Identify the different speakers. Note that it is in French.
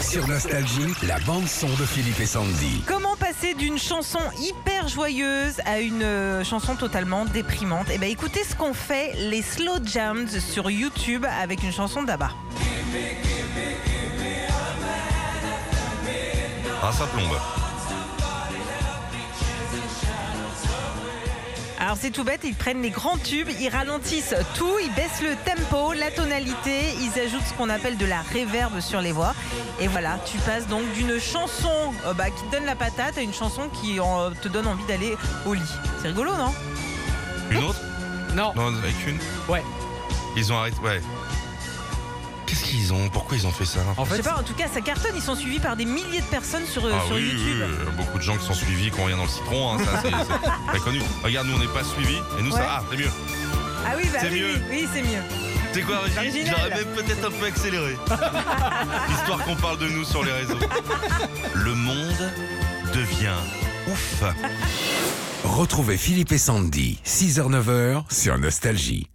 Speaker 1: Sur Nostalgie, la bande-son de Philippe et Sandy.
Speaker 2: Comment passer d'une chanson hyper joyeuse à une euh, chanson totalement déprimante Eh bien, écoutez ce qu'ont fait les Slow Jams sur YouTube avec une chanson d'Abba.
Speaker 3: Ah, ça plombe.
Speaker 2: Alors, c'est tout bête, ils prennent les grands tubes, ils ralentissent tout, ils baissent le tempo, la tonalité, ils ajoutent ce qu'on appelle de la réverbe sur les voix. Et voilà, tu passes donc d'une chanson euh, bah, qui te donne la patate à une chanson qui euh, te donne envie d'aller au lit. C'est rigolo, non
Speaker 3: Une autre
Speaker 4: Non.
Speaker 3: Non, avec une
Speaker 4: Ouais.
Speaker 3: Ils ont arrêté. Ouais. Qu'est-ce qu'ils ont Pourquoi ils ont fait ça
Speaker 4: En
Speaker 2: Je sais
Speaker 4: fait,
Speaker 2: pas, en tout cas, ça cartonne, ils sont suivis par des milliers de personnes sur, euh,
Speaker 3: Ah
Speaker 2: sur
Speaker 3: oui, oui,
Speaker 2: YouTube.
Speaker 3: oui, beaucoup de gens qui sont suivis, qui ont rien dans le citron, hein, ça c'est c'est très connu. Regarde, nous on n'est pas suivis, et nous
Speaker 2: Ouais.
Speaker 3: ça, ah, c'est mieux.
Speaker 2: Ah oui, bah
Speaker 3: C'est
Speaker 2: oui,
Speaker 3: mieux.
Speaker 2: oui, oui, c'est mieux.
Speaker 3: C'est quoi, Régis
Speaker 2: Original.
Speaker 3: J'aurais même peut-être un peu accéléré. Histoire qu'on parle de nous sur les réseaux. Le monde devient ouf.
Speaker 1: Retrouvez Philippe et Sandy, 6h-9h sur Nostalgie.